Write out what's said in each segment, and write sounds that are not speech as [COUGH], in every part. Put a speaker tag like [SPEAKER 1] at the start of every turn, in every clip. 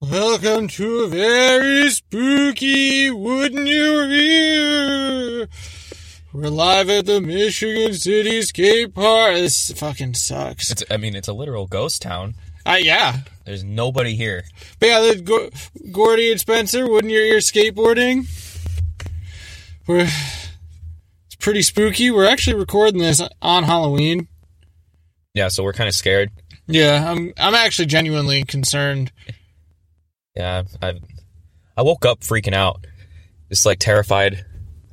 [SPEAKER 1] Welcome to a very spooky Wouldn't You Hear? We're live at the Michigan City Skate Park. This fucking sucks.
[SPEAKER 2] It's, I mean, it's a literal ghost town.
[SPEAKER 1] Uh, yeah.
[SPEAKER 2] There's nobody here.
[SPEAKER 1] But yeah, the Go- Gordy and Spencer, Wouldn't You Hear Skateboarding? We're, it's pretty spooky. We're actually recording this on Halloween.
[SPEAKER 2] Yeah, so we're kind of scared.
[SPEAKER 1] Yeah, I'm I'm actually genuinely concerned.
[SPEAKER 2] Yeah, I, I woke up freaking out, just like terrified. I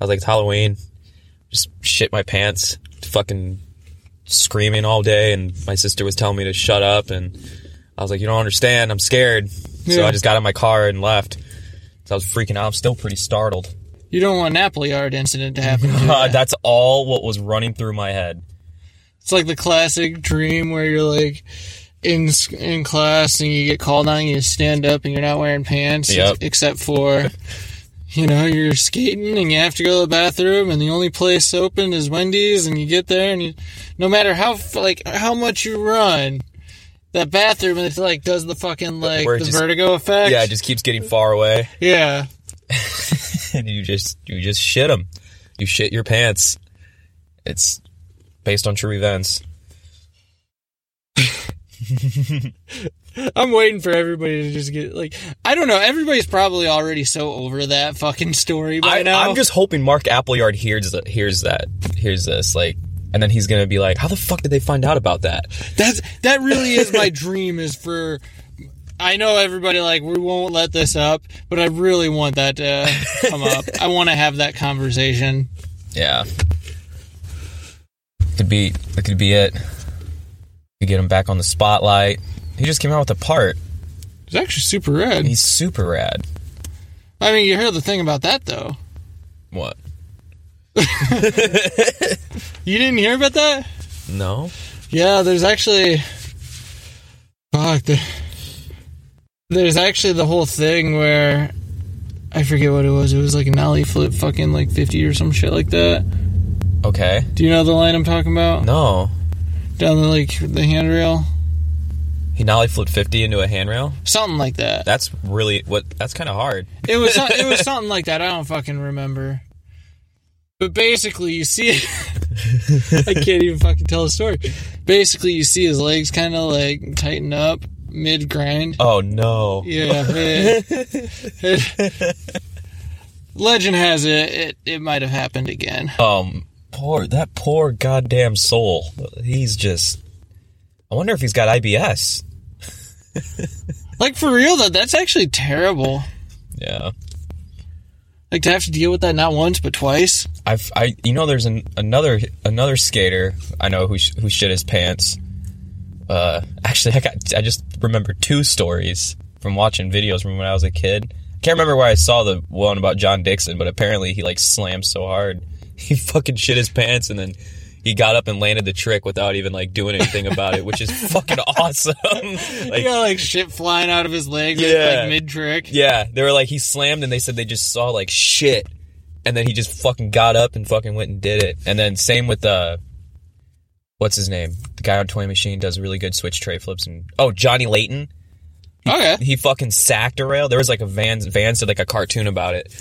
[SPEAKER 2] was like, it's Halloween. Just shit my pants, fucking screaming all day, and my sister was telling me to shut up, and I was like, you don't understand, I'm scared. So
[SPEAKER 1] Yeah.
[SPEAKER 2] I just got in my car and left. So I was freaking out. I'm still pretty startled.
[SPEAKER 1] You don't want an Apple Yard incident to happen. do you?
[SPEAKER 2] That's all what was running through my head.
[SPEAKER 1] It's like the classic dream where you're like in in class and you get called on, you stand up and you're not wearing pants
[SPEAKER 2] Yep.
[SPEAKER 1] except for you know you're skating and you have to go to the bathroom and the only place open is Wendy's and you get there and you, no matter how f- like how much you run. That bathroom, it's like does the fucking like
[SPEAKER 2] Where it
[SPEAKER 1] the
[SPEAKER 2] just-
[SPEAKER 1] vertigo effect.
[SPEAKER 2] Yeah, it just keeps getting far away.
[SPEAKER 1] yeah.
[SPEAKER 2] and you just you just shit them. You shit your pants. It's based on true events.
[SPEAKER 1] I'm waiting for everybody to just get like I don't know. Everybody's probably already so over that fucking story by
[SPEAKER 2] I,
[SPEAKER 1] now.
[SPEAKER 2] I'm just hoping Mark Appleyard hears that. Hears that. Hears this. Like, and then he's gonna be like, "How the fuck did they find out about that?"
[SPEAKER 1] That's that really is my dream is for I know everybody like we won't let this up, but I really want that to come up. I want to have that conversation.
[SPEAKER 2] Yeah. Could be. That could be it. You get him back on the spotlight. He just came out with a part.
[SPEAKER 1] It's actually super rad.
[SPEAKER 2] He's super rad.
[SPEAKER 1] I mean, you hear the thing about that though.
[SPEAKER 2] What?
[SPEAKER 1] You didn't hear about that?
[SPEAKER 2] No.
[SPEAKER 1] Yeah, there's actually fuck the, there's actually the whole thing where I forget what it was. It was like an alley flip fucking like 50 or some shit like that.
[SPEAKER 2] Okay.
[SPEAKER 1] Do you know the line I'm talking about?
[SPEAKER 2] No.
[SPEAKER 1] Down the like the handrail.
[SPEAKER 2] He nollie flipped fifty into a handrail.
[SPEAKER 1] Something like that.
[SPEAKER 2] That's really what. That's kind of hard.
[SPEAKER 1] It was some- it was something like that. I don't fucking remember. But basically, you see, [LAUGHS] I can't even fucking tell a story. Basically, you see his legs kind of like tighten up mid grind.
[SPEAKER 2] Oh no. [LAUGHS]
[SPEAKER 1] Yeah. man. It- legend has it, it it might have happened again.
[SPEAKER 2] Um, poor that poor goddamn soul. He's just. I wonder if he's got IBS.
[SPEAKER 1] Like for real though, that's actually terrible.
[SPEAKER 2] Yeah,
[SPEAKER 1] Like to have to deal with that not once but twice.
[SPEAKER 2] I've I you know there's an, another another skater I know who sh- who shit his pants. Uh, actually, I got I just remember two stories from watching videos from when I was a kid. I can't remember where I saw the one about John Dixon, but apparently he like slammed so hard [LAUGHS] he fucking shit his pants and then. He got up and landed the trick without even like doing anything about it, which is fucking [LAUGHS] awesome.
[SPEAKER 1] You
[SPEAKER 2] Like,
[SPEAKER 1] got like shit flying out of his legs
[SPEAKER 2] Yeah.
[SPEAKER 1] like mid trick.
[SPEAKER 2] Yeah, they were like he slammed, and they said they just saw like shit, and then he just fucking got up and fucking went and did it. And then same with uh, what's his name? The guy on Toy Machine does really good switch tray flips, and oh Johnny Layton,
[SPEAKER 1] Okay.
[SPEAKER 2] he fucking sacked a rail. There was like a Vans Vans did like a cartoon about it,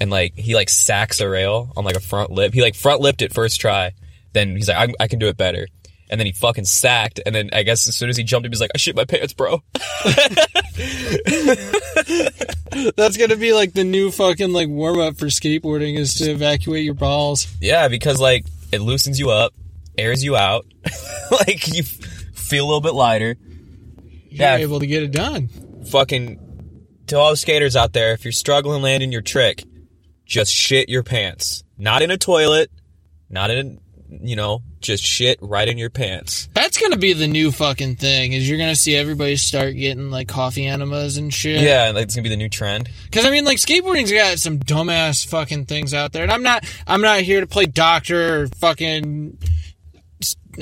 [SPEAKER 2] and like he like sacks a rail on like a front lip. He like front lipped it first try. Then he's like, I, I can do it better. And then he fucking sacked. And then I guess as soon as he jumped, he was like, I shit my pants, bro.
[SPEAKER 1] That's gonna be like the new fucking like warm up for skateboarding is to evacuate your balls.
[SPEAKER 2] Yeah, because like it loosens you up, airs you out, [LAUGHS] like you f- feel a little bit lighter.
[SPEAKER 1] You're
[SPEAKER 2] Yeah.
[SPEAKER 1] able to get it done.
[SPEAKER 2] Fucking to all the skaters out there, if you're struggling landing your trick, just shit your pants. Not in a toilet, not in a, you know, just shit right in your pants.
[SPEAKER 1] That's gonna be the new fucking thing. Is you're gonna see everybody start getting like coffee enemas and shit.
[SPEAKER 2] Yeah, like, it's gonna be the new trend.
[SPEAKER 1] Because I mean, like skateboarding's got some dumbass fucking things out there, and I'm not I'm not here to play doctor or fucking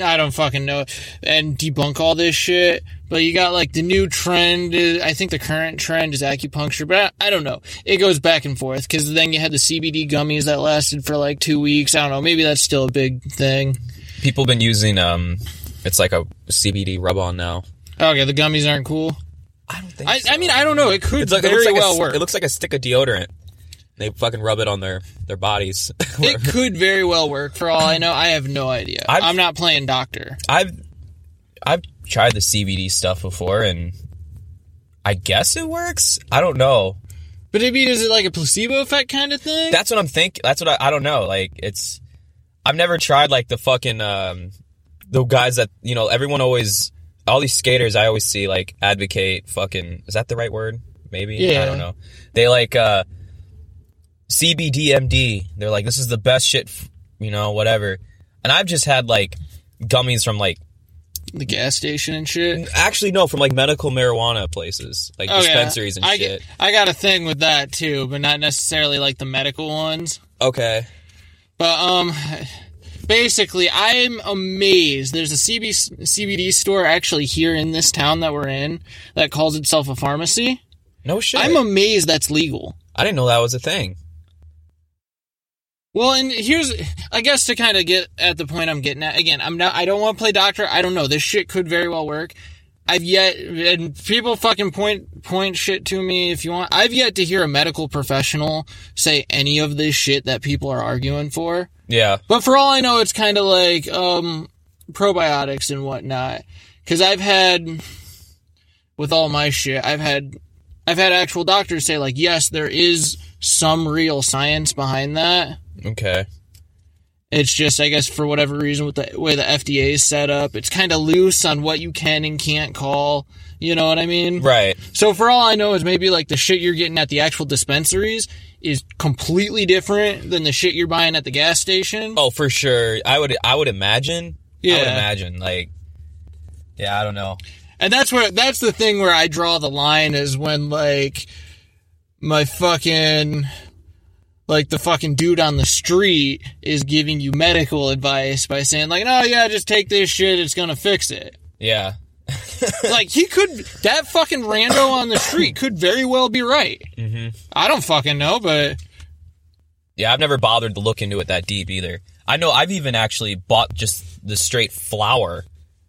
[SPEAKER 1] I don't fucking know and debunk all this shit. But you got like the new trend. is- I think the current trend is acupuncture, but I, I don't know. It goes back and forth because then you had the CBD gummies that lasted for like two weeks. I don't know. Maybe that's still a big thing.
[SPEAKER 2] People have been using um, it's like a CBD rub on now.
[SPEAKER 1] Okay, the gummies aren't cool.
[SPEAKER 2] I don't think.
[SPEAKER 1] I,
[SPEAKER 2] so.
[SPEAKER 1] I mean, I don't know. It could
[SPEAKER 2] It's like, it
[SPEAKER 1] very
[SPEAKER 2] looks like
[SPEAKER 1] well
[SPEAKER 2] a,
[SPEAKER 1] work.
[SPEAKER 2] It looks like a stick of deodorant. They fucking rub it on their their bodies. [LAUGHS]
[SPEAKER 1] It could very well work. For all I know, I have no idea.
[SPEAKER 2] I've-
[SPEAKER 1] I'm not playing doctor.
[SPEAKER 2] I've I've tried the CBD stuff before, and I guess it works. I don't know.
[SPEAKER 1] But I mean, is it like a placebo effect kind of thing?
[SPEAKER 2] That's what I'm thinking. That's what I, I don't know. Like it's I've never tried like the fucking um the guys that you know everyone always all these skaters I always see like advocate fucking is that the right word? Maybe I
[SPEAKER 1] Yeah.
[SPEAKER 2] don't know. They like uh CBDMD. They're like this is the best shit, f- you know, whatever. And I've just had like gummies from like
[SPEAKER 1] the gas station and
[SPEAKER 2] Mm,
[SPEAKER 1] shit.
[SPEAKER 2] Actually, no, from like medical marijuana places, like
[SPEAKER 1] Oh, yeah.
[SPEAKER 2] dispensaries and
[SPEAKER 1] I,
[SPEAKER 2] shit.
[SPEAKER 1] I got a thing with that too, but not necessarily like the medical ones.
[SPEAKER 2] Okay.
[SPEAKER 1] But um, basically, I'm amazed. There's a CB, CBD store actually here in this town that we're in that calls itself a pharmacy.
[SPEAKER 2] No shit.
[SPEAKER 1] I'm amazed that's legal.
[SPEAKER 2] I didn't know that was a thing.
[SPEAKER 1] Well, and here's, I guess, to kind of get at the point I'm getting at. Again, I'm not. I don't want to play doctor. I don't know. This shit could very well work. I've yet, and people fucking point point shit to me if you want. I've yet to hear a medical professional say any of this shit that people are arguing for.
[SPEAKER 2] Yeah.
[SPEAKER 1] But for all I know, it's kind of like um, probiotics and whatnot. Because I've had, with all my shit, I've had, I've had actual doctors say like, yes, there is some real science behind that.
[SPEAKER 2] Okay.
[SPEAKER 1] It's just, I guess, for whatever reason, with the way the FDA is set up, it's kind of loose on what you can and can't call. You know what I mean?
[SPEAKER 2] Right.
[SPEAKER 1] So, for all I know, is maybe like the shit you're getting at the actual dispensaries is completely different than the shit you're buying at the gas station.
[SPEAKER 2] Oh, for sure. I would. I would imagine. I would
[SPEAKER 1] Yeah.
[SPEAKER 2] imagine. Like. Yeah, I don't know.
[SPEAKER 1] And that's where that's the thing where I draw the line is when like my fucking like the fucking dude on the street is giving you medical advice by saying like, "Oh yeah, just take this shit, it's going to fix it."
[SPEAKER 2] Yeah.
[SPEAKER 1] like he could that fucking rando on the street could very well be right.
[SPEAKER 2] Mhm.
[SPEAKER 1] I don't fucking know, but
[SPEAKER 2] Yeah, I've never bothered to look into it that deep either. I know I've even actually bought just the straight flour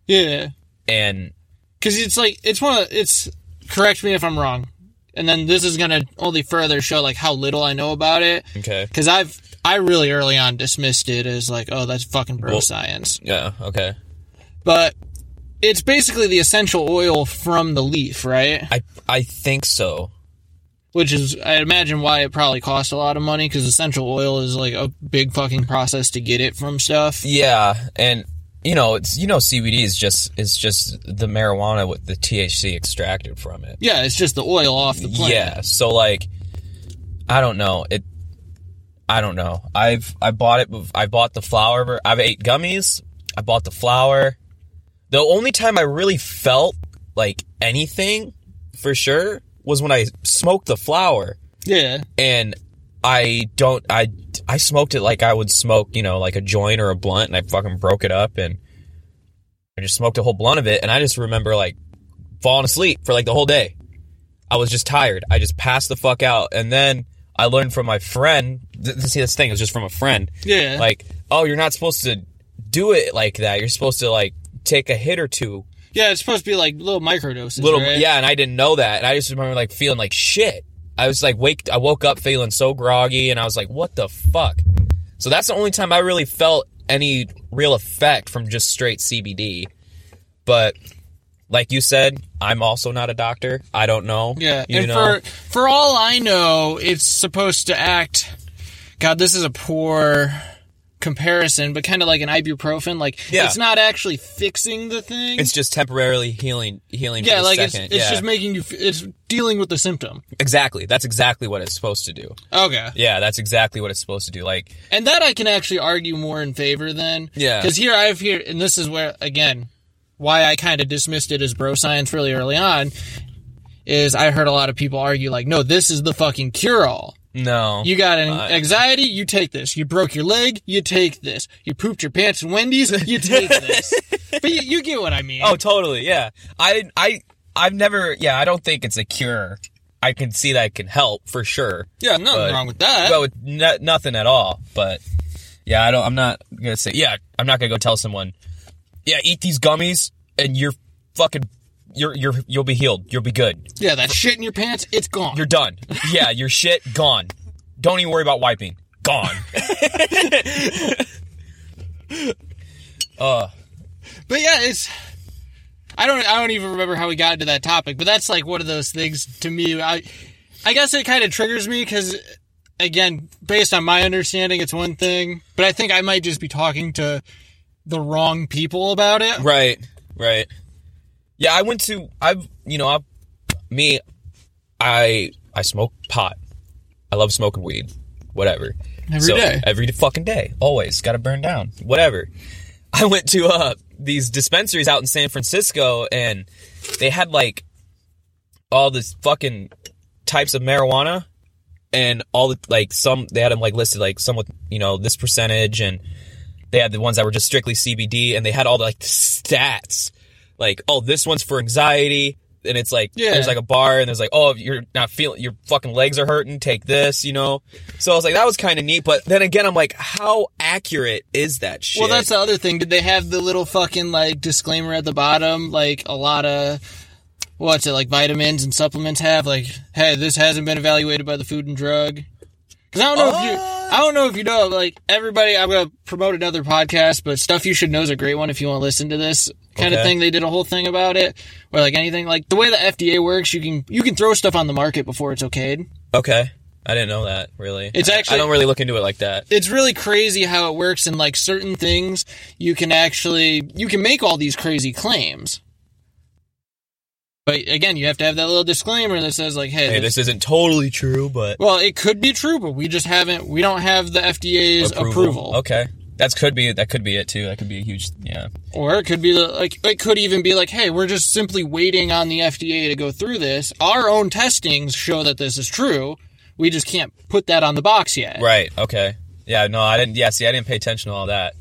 [SPEAKER 1] yeah,
[SPEAKER 2] and
[SPEAKER 1] because it's like it's one of it's. Correct me if I'm wrong, and then this is gonna only further show like how little I know about it.
[SPEAKER 2] okay.
[SPEAKER 1] Because I've I really early on dismissed it as like, oh, that's fucking bro
[SPEAKER 2] Well-
[SPEAKER 1] science,
[SPEAKER 2] Yeah. Okay.
[SPEAKER 1] but. It's basically the essential oil from the leaf, right?
[SPEAKER 2] I I think so.
[SPEAKER 1] Which is, I imagine, why it probably costs a lot of money because essential oil is like a big fucking process to get it from stuff.
[SPEAKER 2] Yeah, and you know, it's you know, CBD is just it's just the marijuana with the THC extracted from it.
[SPEAKER 1] Yeah, it's just the oil off the plant.
[SPEAKER 2] Yeah, so like, I don't know it. I don't know. I've I bought it. bef- I bought the flower. ver- I've ate gummies. I bought the flower. The only time I really felt like anything for sure was when I smoked the flower
[SPEAKER 1] Yeah.
[SPEAKER 2] and I don't I I smoked it like I would smoke, you know, like a joint or a blunt and I fucking broke it up and I just smoked a whole blunt of it and I just remember like falling asleep for like the whole day. I was just tired. I just passed the fuck out and then I learned from my friend th- th- see this thing it was just from a friend.
[SPEAKER 1] Yeah.
[SPEAKER 2] Like, oh, you're not supposed to do it like that. You're supposed to like take a hit or two.
[SPEAKER 1] yeah, it's supposed to be like little microdoses.
[SPEAKER 2] Little
[SPEAKER 1] right?
[SPEAKER 2] yeah, and I didn't know that. And I just remember like feeling like shit. I was like waked I woke up feeling so groggy and I was like, what the fuck? So that's the only time I really felt any real effect from just straight CBD. But like you said, I'm also not a doctor. I don't know.
[SPEAKER 1] Yeah.
[SPEAKER 2] You
[SPEAKER 1] and
[SPEAKER 2] know.
[SPEAKER 1] for for all I know, it's supposed to act God, this is a poor comparison, but kind of like an ibuprofen. Like
[SPEAKER 2] Yeah.
[SPEAKER 1] it's not actually fixing the thing.
[SPEAKER 2] it's just temporarily healing healing for
[SPEAKER 1] yeah,
[SPEAKER 2] the
[SPEAKER 1] like
[SPEAKER 2] second.
[SPEAKER 1] it's, it's
[SPEAKER 2] yeah.
[SPEAKER 1] just making you f- it's dealing with the symptom.
[SPEAKER 2] exactly. That's exactly what it's supposed to do.
[SPEAKER 1] Okay.
[SPEAKER 2] Yeah, that's exactly what it's supposed to do. Like
[SPEAKER 1] And that I can actually argue more in favor then.
[SPEAKER 2] Yeah.
[SPEAKER 1] Because here I've here, and this is where again, why I kind of dismissed it as bro science really early on, is I heard a lot of people argue like, no, this is the fucking cure all.
[SPEAKER 2] no.
[SPEAKER 1] You got an anxiety, you take this. You broke your leg, you take this. You pooped your pants in Wendy's, [LAUGHS] you take
[SPEAKER 2] [LAUGHS]
[SPEAKER 1] this. but you, you get what I mean.
[SPEAKER 2] Oh, totally. Yeah. I I I've never. Yeah, I don't think it's a cure. I can see that it can help for sure.
[SPEAKER 1] yeah, nothing
[SPEAKER 2] but-
[SPEAKER 1] wrong with that.
[SPEAKER 2] Well, with no, nothing at all. But yeah, I don't. I'm not gonna say. Yeah, I'm not gonna go tell someone. Yeah, eat these gummies and your fucking you're you're you'll be healed. You'll be good.
[SPEAKER 1] Yeah, that shit in your pants, it's gone.
[SPEAKER 2] You're done. Yeah, your shit gone. Don't even worry about wiping. Gone. uh,
[SPEAKER 1] but yeah, it's. I don't. I don't even remember how we got into that topic, but that's like one of those things to me. I, I guess it kind of triggers me because, again, based on my understanding, it's one thing, but I think I might just be talking to the wrong people about it.
[SPEAKER 2] right, right. Yeah, I went to I've you know I me I I smoke pot. I love smoking weed. Whatever.
[SPEAKER 1] Every
[SPEAKER 2] Every day,
[SPEAKER 1] day.
[SPEAKER 2] Every fucking day. Always. Gotta burn down. Whatever. I went to uh these dispensaries out in San Francisco and they had like all this fucking types of marijuana and all the like some they had them like listed like some with you know this percentage and they had the ones that were just strictly CBD and they had all the like stats like oh this one's for anxiety and it's like
[SPEAKER 1] Yeah.
[SPEAKER 2] there's like a bar and there's like oh if you're not feeling your fucking legs are hurting take this you know so I was like that was kind of neat but then again I'm like how accurate is that shit
[SPEAKER 1] Well, that's the other thing. Did they have the little fucking like disclaimer at the bottom? Like a lot of what's it like vitamins and supplements have like, hey, this hasn't been evaluated by the Food and Drug. Because I don't know if you,
[SPEAKER 2] Uh.
[SPEAKER 1] I don't know if you know, like everybody. I'm gonna promote another podcast, but stuff you should know is a great one if you want to listen to this kind of
[SPEAKER 2] Okay.
[SPEAKER 1] thing. They did a whole thing about it, where like anything like the way the FDA works, you can you can throw stuff on the market before it's okayed.
[SPEAKER 2] okay I didn't know that really
[SPEAKER 1] It's
[SPEAKER 2] I-
[SPEAKER 1] actually-
[SPEAKER 2] I don't really look into it like that
[SPEAKER 1] it's really crazy how it works and like certain things you can actually you can make all these crazy claims but again you have to have that little disclaimer that says like hey,
[SPEAKER 2] hey
[SPEAKER 1] this,
[SPEAKER 2] this isn't totally true but
[SPEAKER 1] well it could be true but we just haven't we don't have the fda's approval,
[SPEAKER 2] Okay, that's could be that could be it too. That could be a huge yeah.
[SPEAKER 1] or it could be the, like it could even be like hey we're just simply waiting on the fda to go through this our own testings show that this is true we just can't put that on the box yet
[SPEAKER 2] Right. Okay. Yeah. No, I didn't. Yeah. See, I didn't pay attention to all that.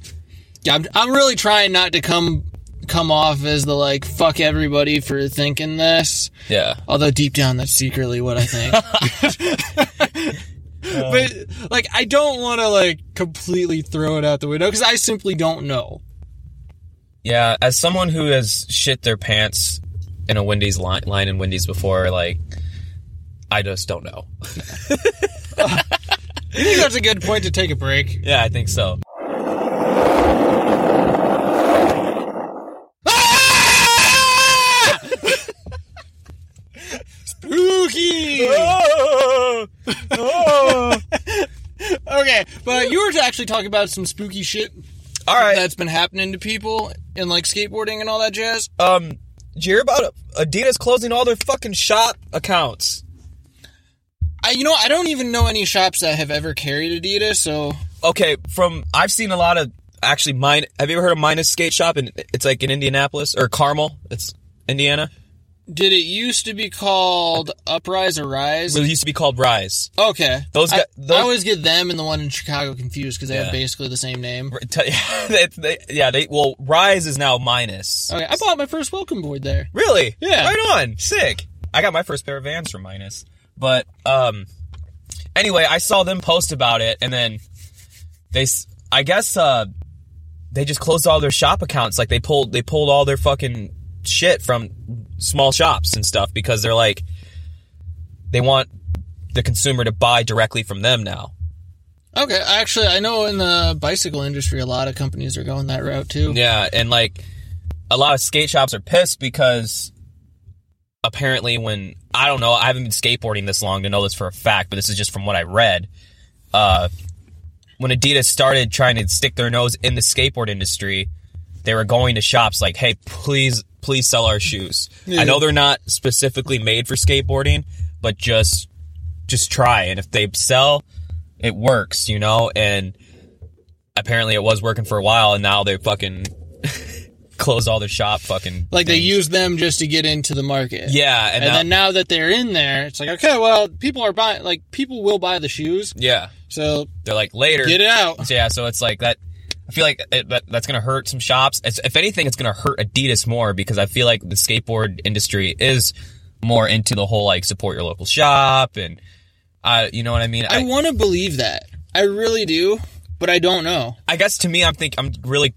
[SPEAKER 1] Yeah, I'm, I'm really trying not to come come off as the like fuck everybody for thinking this.
[SPEAKER 2] Yeah.
[SPEAKER 1] Although deep down, that's secretly what I think. [LAUGHS] but like, I don't want to like completely throw it out the window because I simply don't know.
[SPEAKER 2] Yeah. As someone who has shit their pants in a Wendy's line, line in Wendy's before, like, I just don't know.
[SPEAKER 1] I think that's a good point to take a break. [LAUGHS]
[SPEAKER 2] Yeah, I think [LAUGHS] so.
[SPEAKER 1] Spooky.
[SPEAKER 2] Ah!
[SPEAKER 1] Okay, but you were actually talking about some spooky shit
[SPEAKER 2] all right.
[SPEAKER 1] that's been happening to people in like skateboarding and all that jazz.
[SPEAKER 2] Um, did you hear about Adidas closing all their fucking shop accounts?
[SPEAKER 1] I, you know, I don't even know any shops that have ever carried Adidas, so
[SPEAKER 2] okay, from I've seen a lot of actually mine. Have you ever heard of Minus Skate Shop? And it's like in Indianapolis or Carmel. It's Indiana.
[SPEAKER 1] Did it used to be called Uprise or Rise?
[SPEAKER 2] It used to be called Rise. [LAUGHS]
[SPEAKER 1] Okay.
[SPEAKER 2] Those
[SPEAKER 1] I,
[SPEAKER 2] guy- those-
[SPEAKER 1] I always get them and the one in Chicago confused because they have
[SPEAKER 2] Yeah.
[SPEAKER 1] basically the same name.
[SPEAKER 2] They- they- yeah, they well Rise is now Minus.
[SPEAKER 1] Okay, I bought my first welcome board there.
[SPEAKER 2] Really?
[SPEAKER 1] Yeah.
[SPEAKER 2] Right on. Sick. I got my first pair of Vans from Minus, but um, anyway, I saw them post about it, and then they, s- I guess, uh, they just closed all their shop accounts. Like they pulled, they pulled all their fucking shit from small shops and stuff because they're like, they want the consumer to buy directly from them now.
[SPEAKER 1] Okay, actually, I know in the bicycle industry, a lot of companies are going that route too.
[SPEAKER 2] Yeah, and like a lot of skate shops are pissed because apparently when I don't know, I haven't been skateboarding this long to know this for a fact, but this is just from what I read. Uh when Adidas started trying to stick their nose in the skateboard industry, they were going to shops like, "Hey, please please sell our shoes."
[SPEAKER 1] Yeah.
[SPEAKER 2] I know they're not specifically made for skateboarding, but just just try and if they sell, it works, you know? And apparently it was working for a while and now they fucking [LAUGHS] close all their shop fucking
[SPEAKER 1] Like they
[SPEAKER 2] things.
[SPEAKER 1] use them just to get into the market.
[SPEAKER 2] yeah and,
[SPEAKER 1] And
[SPEAKER 2] now-
[SPEAKER 1] then now that they're in there, it's like, okay, well, people are buying, like, people will buy the shoes,
[SPEAKER 2] yeah
[SPEAKER 1] so
[SPEAKER 2] they're like later
[SPEAKER 1] get it out.
[SPEAKER 2] yeah so it's like that I feel like it, that, that's gonna hurt some shops it's, if anything it's gonna hurt Adidas more because I feel like the skateboard industry is more into the whole like support your local shop and uh, you know what I mean
[SPEAKER 1] I want to believe that. I really do, but I don't know.
[SPEAKER 2] I guess to me, I'm think I'm really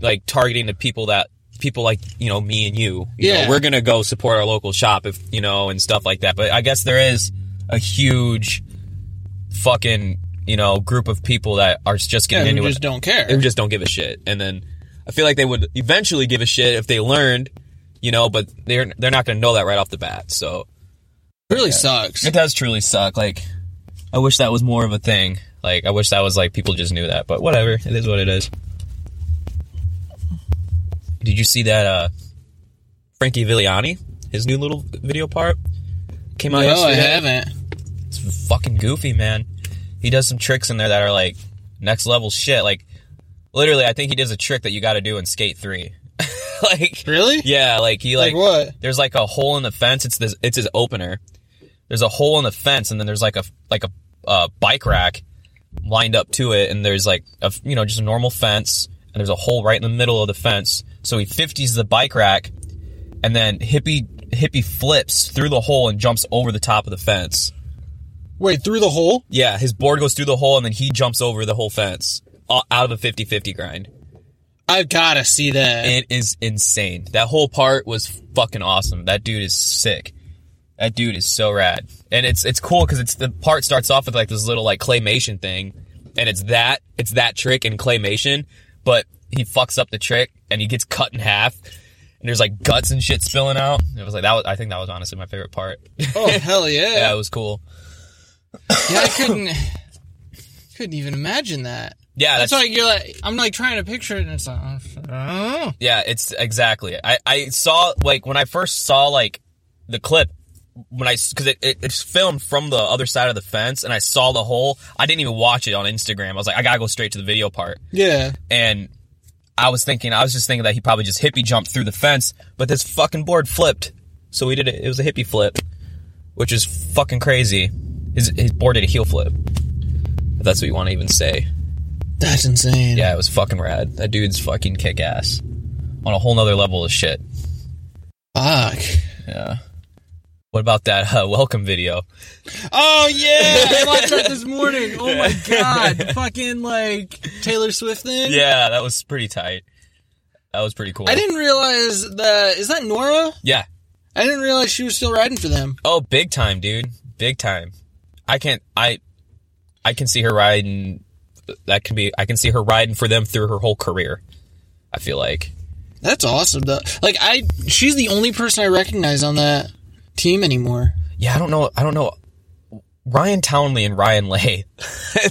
[SPEAKER 2] like targeting the people that people like you know me and you. you know,
[SPEAKER 1] Yeah.
[SPEAKER 2] we're gonna go support our local shop if you know and stuff like that. But I guess there is a huge fucking you know group of people that are just
[SPEAKER 1] Yeah,
[SPEAKER 2] getting
[SPEAKER 1] who
[SPEAKER 2] into it
[SPEAKER 1] just don't care.
[SPEAKER 2] they just don't give a shit. And then I feel like they would eventually give a shit if they learned, you know, but they're they're not going to know that right off the bat. So
[SPEAKER 1] really sucks.
[SPEAKER 2] it does truly suck. Like I wish that was more of a thing. Like I wish that was like people just knew that, but whatever. It is what it is. Did you see that uh Frankie Villani, his new little video part came
[SPEAKER 1] No,
[SPEAKER 2] out
[SPEAKER 1] oh, I
[SPEAKER 2] yesterday?
[SPEAKER 1] haven't.
[SPEAKER 2] It's fucking goofy, man. He does some tricks in there that are like next level shit. Like literally, I think he does a trick that you got to do in Skate Three. [LAUGHS] like
[SPEAKER 1] Really?
[SPEAKER 2] yeah, like he
[SPEAKER 1] Like
[SPEAKER 2] like,
[SPEAKER 1] what?
[SPEAKER 2] there's like a hole in the fence. It's this. It's his opener. There's a hole in the fence, and then there's like a like a uh, bike rack lined up to it, and there's like a you know just a normal fence, and there's a hole right in the middle of the fence. So he fifties the bike rack, and then hippie hippie flips through the hole and jumps over the top of the fence.
[SPEAKER 1] Wait, through the hole?
[SPEAKER 2] Yeah, his board goes through the hole and then he jumps over the whole fence uh, out of a 50 50 grind.
[SPEAKER 1] I've gotta see that.
[SPEAKER 2] It is insane. That whole part was fucking awesome. That dude is sick. That dude is so rad. And it's it's cool because it's the part starts off with like this little like claymation thing, and it's that it's that trick in claymation, but he fucks up the trick and he gets cut in half, and there's like guts and shit spilling out. It was like that was I think that was honestly my favorite part.
[SPEAKER 1] [LAUGHS]
[SPEAKER 2] [LAUGHS]
[SPEAKER 1] oh hell
[SPEAKER 2] yeah, it
[SPEAKER 1] yeah!
[SPEAKER 2] was cool.
[SPEAKER 1] Yeah, I couldn't, couldn't even imagine that.
[SPEAKER 2] Yeah,
[SPEAKER 1] That's why you're like, I'm like trying to picture it, and it's like, oh,
[SPEAKER 2] Yeah, it's exactly. I I saw like when I first saw like the clip when I because it, it it's filmed from the other side of the fence and I saw the hole. I didn't even watch it on Instagram. I was like, I gotta go straight to the video part.
[SPEAKER 1] yeah.
[SPEAKER 2] And I was thinking, I was just thinking that he probably just hippie jumped through the fence, but this fucking board flipped. So we did it. It was a hippie flip, which is fucking crazy. His his board did a heel flip. If that's what you want to even say.
[SPEAKER 1] That's insane.
[SPEAKER 2] Yeah, it was fucking rad. That dude's fucking kick ass on a whole nother level of shit.
[SPEAKER 1] Fuck.
[SPEAKER 2] Yeah. What about that uh, welcome video?
[SPEAKER 1] Oh yeah, [LAUGHS] I watched that this morning. Oh [LAUGHS] my god, fucking like Taylor Swift thing.
[SPEAKER 2] Yeah, that was pretty tight. That was pretty cool.
[SPEAKER 1] I didn't realize that. Is that Nora?
[SPEAKER 2] Yeah.
[SPEAKER 1] I didn't realize she was still riding for them.
[SPEAKER 2] Oh, big time, dude. Big time. I can't. I. I can see her riding. That can be. I can see her riding for them through her whole career. I feel like.
[SPEAKER 1] That's awesome though. Like I, she's the only person I recognize on that team anymore.
[SPEAKER 2] Yeah, I don't know. I don't know. Ryan Townley and Ryan Lay. [LAUGHS]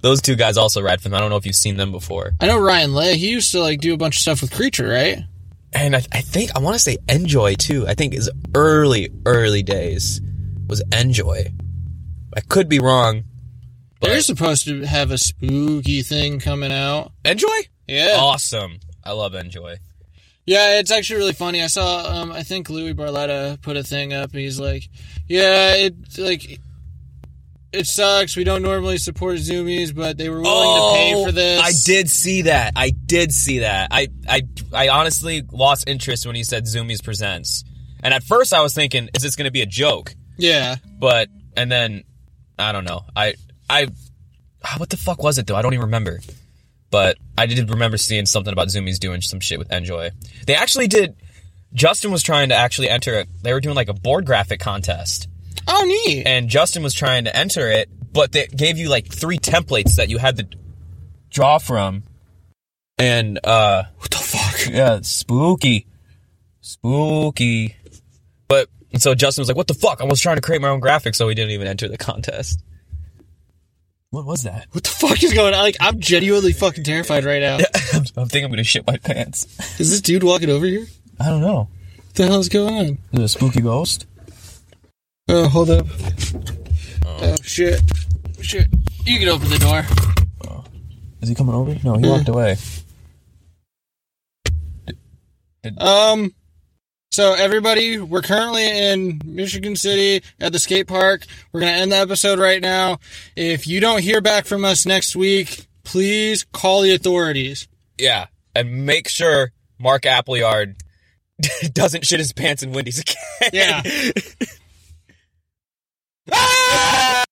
[SPEAKER 2] Those two guys also ride for them. I don't know if you've seen them before.
[SPEAKER 1] I know Ryan Lay. He used to like do a bunch of stuff with Creature, right?
[SPEAKER 2] and I, I think I want to say Enjoy too. I think his early early days was Enjoy. I could be wrong. But
[SPEAKER 1] They're supposed to have a spooky thing coming out.
[SPEAKER 2] Enjoy,
[SPEAKER 1] Yeah.
[SPEAKER 2] Oh. awesome. I love Enjoy.
[SPEAKER 1] Yeah, it's actually really funny. I saw, um, I think Louis Barletta put a thing up. And he's like, "Yeah, it like it sucks. We don't normally support Zoomies, but they were willing to pay for this."
[SPEAKER 2] Oh, I did see that. I did see that. I I I honestly lost interest when he said Zoomies presents. And at first I was thinking, is this going to be a joke?
[SPEAKER 1] Yeah,
[SPEAKER 2] But and then I don't know. I I ah, what the fuck was it though? I don't even remember. But I did remember seeing something about Zoomies doing some shit with Enjoy. They actually did. Justin was trying to actually enter. A, they were doing like a board graphic contest,
[SPEAKER 1] oh neat.
[SPEAKER 2] and Justin was trying to enter it, but they gave you like three templates that you had to draw from. And uh, what the fuck? Yeah, spooky, spooky. But and so Justin was like, "What the fuck? I was trying to create my own graphic, so we didn't even enter the contest." What was that?
[SPEAKER 1] what the fuck is going on? Like, I'm genuinely fucking terrified right now.
[SPEAKER 2] I'm, [LAUGHS] I'm thinking I'm gonna shit my pants.
[SPEAKER 1] Is this dude walking over here? What
[SPEAKER 2] I don't know.
[SPEAKER 1] the hell is going on?
[SPEAKER 2] Is it a spooky ghost?
[SPEAKER 1] Oh, hold up. Oh shit, shit. You can open the door.
[SPEAKER 2] Is he coming over? No, he walked away.
[SPEAKER 1] Um, so everybody, we're currently in Michigan City at the skate park. We're gonna end the episode right now. If you don't hear back from us next week, please call the authorities.
[SPEAKER 2] Yeah, and make sure Mark Appleyard [LAUGHS] doesn't [LAUGHS] shit his pants in Wendy's again.
[SPEAKER 1] Yeah.